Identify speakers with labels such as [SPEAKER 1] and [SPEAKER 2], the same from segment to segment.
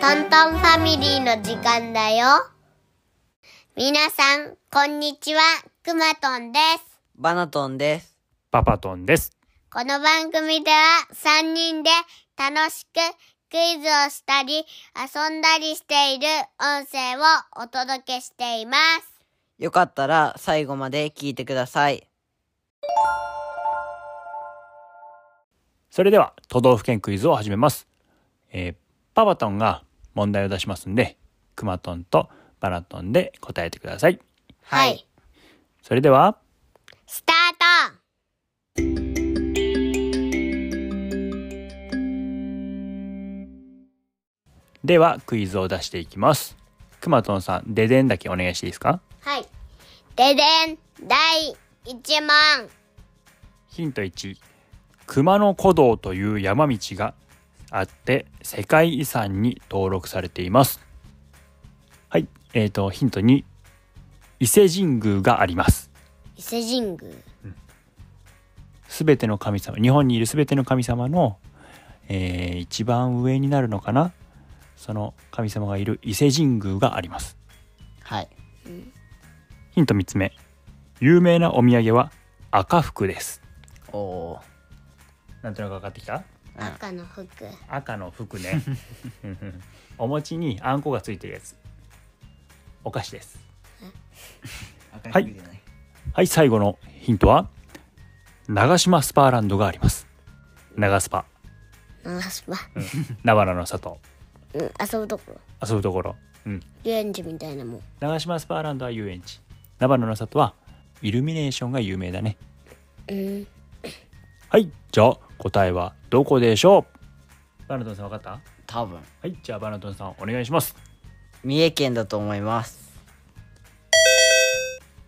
[SPEAKER 1] トントンファミリーの時間だよ。皆さん、こんにちは。くまとんです。
[SPEAKER 2] バナトンです。
[SPEAKER 3] パパトンです。
[SPEAKER 1] この番組では3人で楽しくクイズをしたり、遊んだりしている音声をお届けしています。
[SPEAKER 2] よかったら最後まで聞いてください。
[SPEAKER 3] それでは都道府県クイズを始めます。えーパパトンが問題を出しますんで、クマトンとバナトンで答えてください。
[SPEAKER 2] はい。
[SPEAKER 3] それでは、
[SPEAKER 1] スタート
[SPEAKER 3] ではクイズを出していきます。クマトンさん、デデンだけお願いしていいですか
[SPEAKER 1] はい。ででん、第1問。
[SPEAKER 3] ヒント1。熊野古道という山道があって、世界遺産に登録されています。はい。えっ、と、ヒント2。伊勢神宮があります。
[SPEAKER 1] 伊勢神宮。
[SPEAKER 3] すべての神様日本にいるすべての神様の、えー一番上になるのかなその神様がいる伊勢神宮があります
[SPEAKER 2] はい。
[SPEAKER 3] ヒント3つ目有名なお土産は赤服です
[SPEAKER 2] おおー。
[SPEAKER 3] なんとなく分かってきた
[SPEAKER 2] うん
[SPEAKER 1] 赤の服。
[SPEAKER 3] 赤の服 ねお餅にあんこがついてるやつお菓子です
[SPEAKER 2] はい
[SPEAKER 3] 服じはい最後のヒントは長島スパーランドがあります長スパ
[SPEAKER 1] 長スパ。
[SPEAKER 3] 菜花の里
[SPEAKER 1] うん、遊ぶところ。
[SPEAKER 3] 遊ぶところうん
[SPEAKER 1] 遊園地みたいなもん。
[SPEAKER 3] 長島スパーランドは遊園地菜花の里はイルミネーションが有名だね
[SPEAKER 1] うん。
[SPEAKER 3] はいじゃあ答えはどこでしょうバナトンさん分かった
[SPEAKER 2] 多分。
[SPEAKER 3] はいじゃあバナトンさんお願いします
[SPEAKER 2] 三重県だと思います。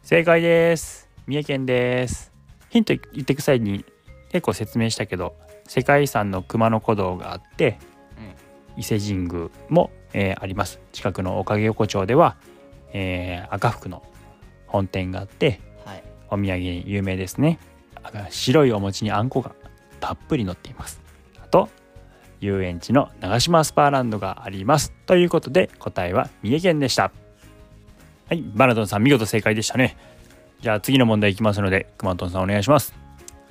[SPEAKER 3] 正解です三重県ですヒント言ってく際に結構説明したけど世界遺産の熊野古道があって、伊勢神宮も、えーあります近くのおかげ横丁では、えー赤福の本店があって
[SPEAKER 2] はい。
[SPEAKER 3] お土産に有名ですねあ白いお餅にあんこがたっぷり乗っていますあと遊園地の長島スパーランドがありますということで答えは三重県でしたはいバナトンさん見事正解でしたねじゃあ次の問題いきますのでくまとんさんお願いします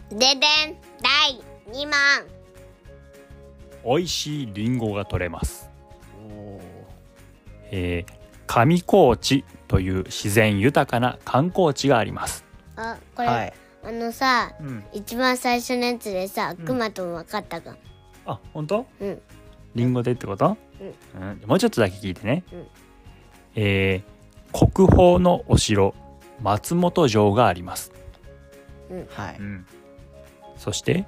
[SPEAKER 1] ででん、第2問。
[SPEAKER 3] 美味しいリンゴが取れます、
[SPEAKER 2] おお。
[SPEAKER 3] えー、上高地という自然豊かな観光地があります
[SPEAKER 1] あ、これ、
[SPEAKER 2] はい。
[SPEAKER 1] あのさ、
[SPEAKER 3] うん
[SPEAKER 1] 一番最初のやつでさ、くまとも分かったかも。
[SPEAKER 3] あ本当
[SPEAKER 1] うん。
[SPEAKER 3] リンゴでってこと、うんもうちょっとだけ聞いてね、
[SPEAKER 1] うん
[SPEAKER 3] えー国宝のお城松本城があります、
[SPEAKER 2] はい。
[SPEAKER 3] そして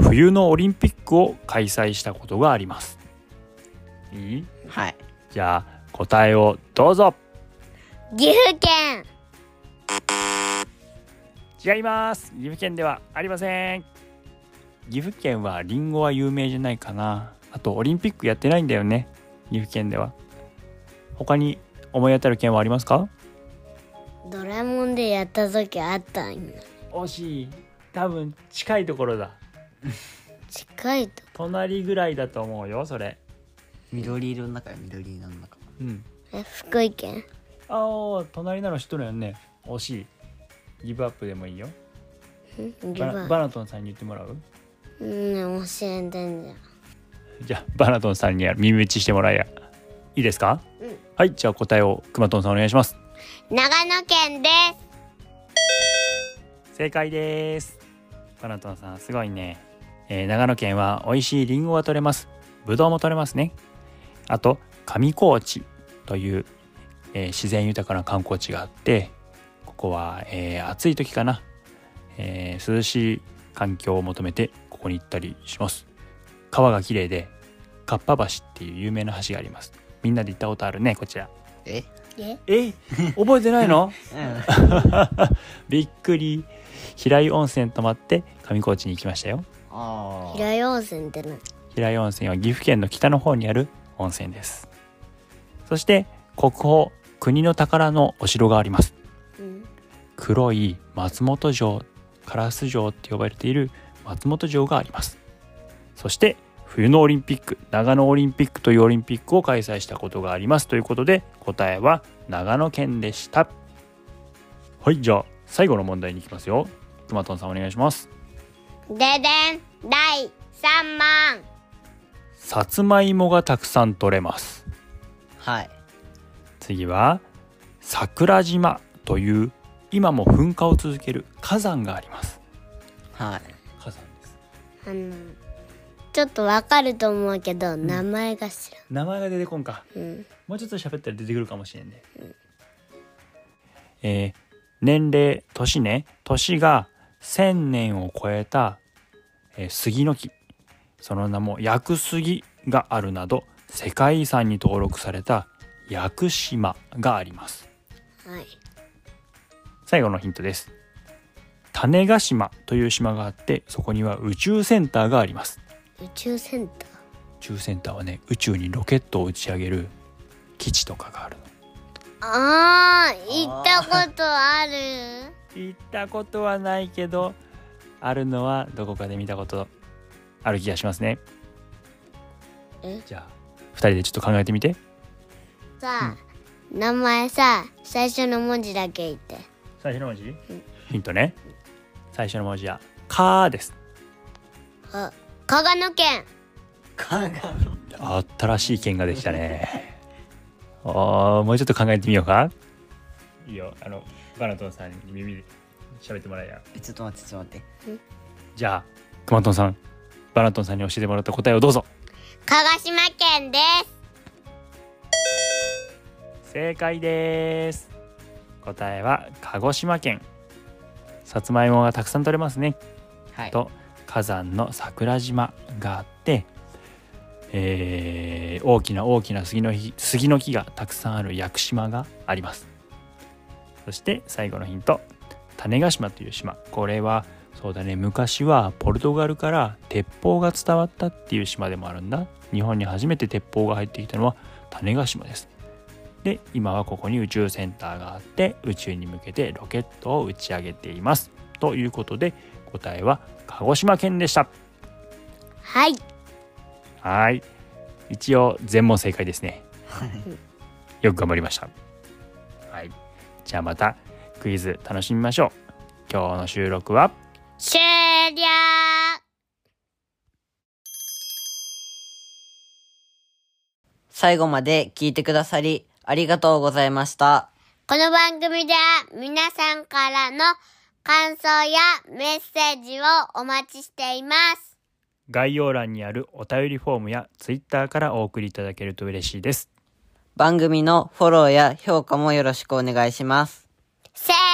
[SPEAKER 3] 冬のオリンピックを開催したことがありますいい
[SPEAKER 2] はい。
[SPEAKER 3] じゃあ答えをどうぞ
[SPEAKER 1] 岐阜県。
[SPEAKER 3] 違います岐阜県ではありません岐阜県はリンゴは有名じゃないかなあとオリンピックやってないんだよね岐阜県では他に思い当たる県はありますか
[SPEAKER 1] ドラえもんでやった時あったんよ
[SPEAKER 3] 惜しい多分近いところだ
[SPEAKER 1] 近いと。
[SPEAKER 3] 隣ぐらいだと思うよそれ
[SPEAKER 2] 緑色の中や緑色の中。
[SPEAKER 3] うん
[SPEAKER 1] え、福井県。
[SPEAKER 3] ああ隣なの知っとるよね惜しいギブアップでもいいよ
[SPEAKER 1] んバ
[SPEAKER 3] バナ
[SPEAKER 1] ナ
[SPEAKER 3] バナトンさんに言ってもらう
[SPEAKER 1] うん、教えてんじゃん。
[SPEAKER 3] じゃあバナトンさんには耳打ちしてもらえやいいですか、
[SPEAKER 1] うん
[SPEAKER 3] はいじゃあ答えをくまとんさんお願いします
[SPEAKER 1] 長野県で
[SPEAKER 3] 正解ですバナトンさんすごいね、えー長野県は美味しいリンゴが取れますブドウも取れますねあと上高地という、えー自然豊かな観光地があってここは、えー暑い時かな、えー涼しい環境を求めてここに行ったりします川が綺麗でかっぱ橋っていう有名な橋がありますみんなで行ったことあるねこちら
[SPEAKER 2] え？
[SPEAKER 1] す。え、
[SPEAKER 3] え覚えてないの
[SPEAKER 2] う
[SPEAKER 3] びっくり平湯温泉泊まって上高地に行きましたよ
[SPEAKER 2] ん。ああ。
[SPEAKER 1] 平陽線ってな。
[SPEAKER 3] 平湯温泉は岐阜県の北の方にある温泉ですそして国宝国の宝のお城があります
[SPEAKER 1] うん。
[SPEAKER 3] 黒い松本城烏城って呼ばれている松本城がありますそして冬のオリンピック長野オリンピックというオリンピックを開催したことがありますということで答えは長野県でしたはいじゃあ最後の問題に行きますよくまとんさんお願いします
[SPEAKER 1] ででん第3問
[SPEAKER 3] さつまいもがたくさん取れます
[SPEAKER 2] はい
[SPEAKER 3] 次は桜島という今も噴火を続ける火山があります
[SPEAKER 2] はい
[SPEAKER 3] 火山です
[SPEAKER 1] あのちょっとわかると思うけど名前が知ら
[SPEAKER 3] 名前が出てこんか
[SPEAKER 1] ん、うん、
[SPEAKER 3] もうちょっと喋ったら出てくるかもしれんね、えー年齢年ね年が1,000年を超えた、えー杉の木その名も薬杉があるなど世界遺産に登録された屋久島があります
[SPEAKER 1] はい
[SPEAKER 3] 最後のヒントです種子島という島があってそこには宇宙センターがあります
[SPEAKER 1] 宇宙センタ
[SPEAKER 3] 宇宙センターはね宇宙にロケットを打ち上げる基地とかがあるの
[SPEAKER 1] ーあー行ったことある
[SPEAKER 3] 行ったことはないけどあるのはどこかで見たことある気がしますね
[SPEAKER 1] え
[SPEAKER 3] じゃあ2人でちょっと考えてみて
[SPEAKER 1] さあ、名前さ最初の文字だけ言って
[SPEAKER 3] 最初の文字ヒントね最初の文字は「か」です
[SPEAKER 1] あ香川県
[SPEAKER 2] 香川
[SPEAKER 3] 新しい県ができた ねおーもうちょっと考えてみようかいいよあのバナトンさんに耳で喋ってもらえや
[SPEAKER 2] えちょっと待ってちょっと待って
[SPEAKER 3] じゃあくまとんさんバナトンさんに教えてもらった答えをどうぞ
[SPEAKER 1] 鹿児島県です
[SPEAKER 3] 正解です答えは鹿児島県さつまいもがたくさん取れますね
[SPEAKER 2] はい
[SPEAKER 3] と火山の桜島があって、えー大きな大きな杉の木杉の木がたくさんある屋久島がありますそして最後のヒント種子島という島これはそうだね昔はポルトガルから鉄砲が伝わったっていう島でもあるんだ日本に初めて鉄砲が入ってきたのは種子島ですで今はここに宇宙センターがあって宇宙に向けてロケットを打ち上げていますということで答えは鹿児島県でした
[SPEAKER 1] はい
[SPEAKER 3] はい一応全問正解ですねよく頑張りましたはいじゃあまたクイズ楽しみましょう今日の収録は
[SPEAKER 1] 終了
[SPEAKER 2] 最後まで聞いてくださりありがとうございました
[SPEAKER 1] この番組では皆さんからの感想やメッセージをお待ちしています
[SPEAKER 3] 概要欄にあるお便りフォームやツイッターからお送りいただけると嬉しいです
[SPEAKER 2] 番組のフォローや評価もよろしくお願いします
[SPEAKER 1] せー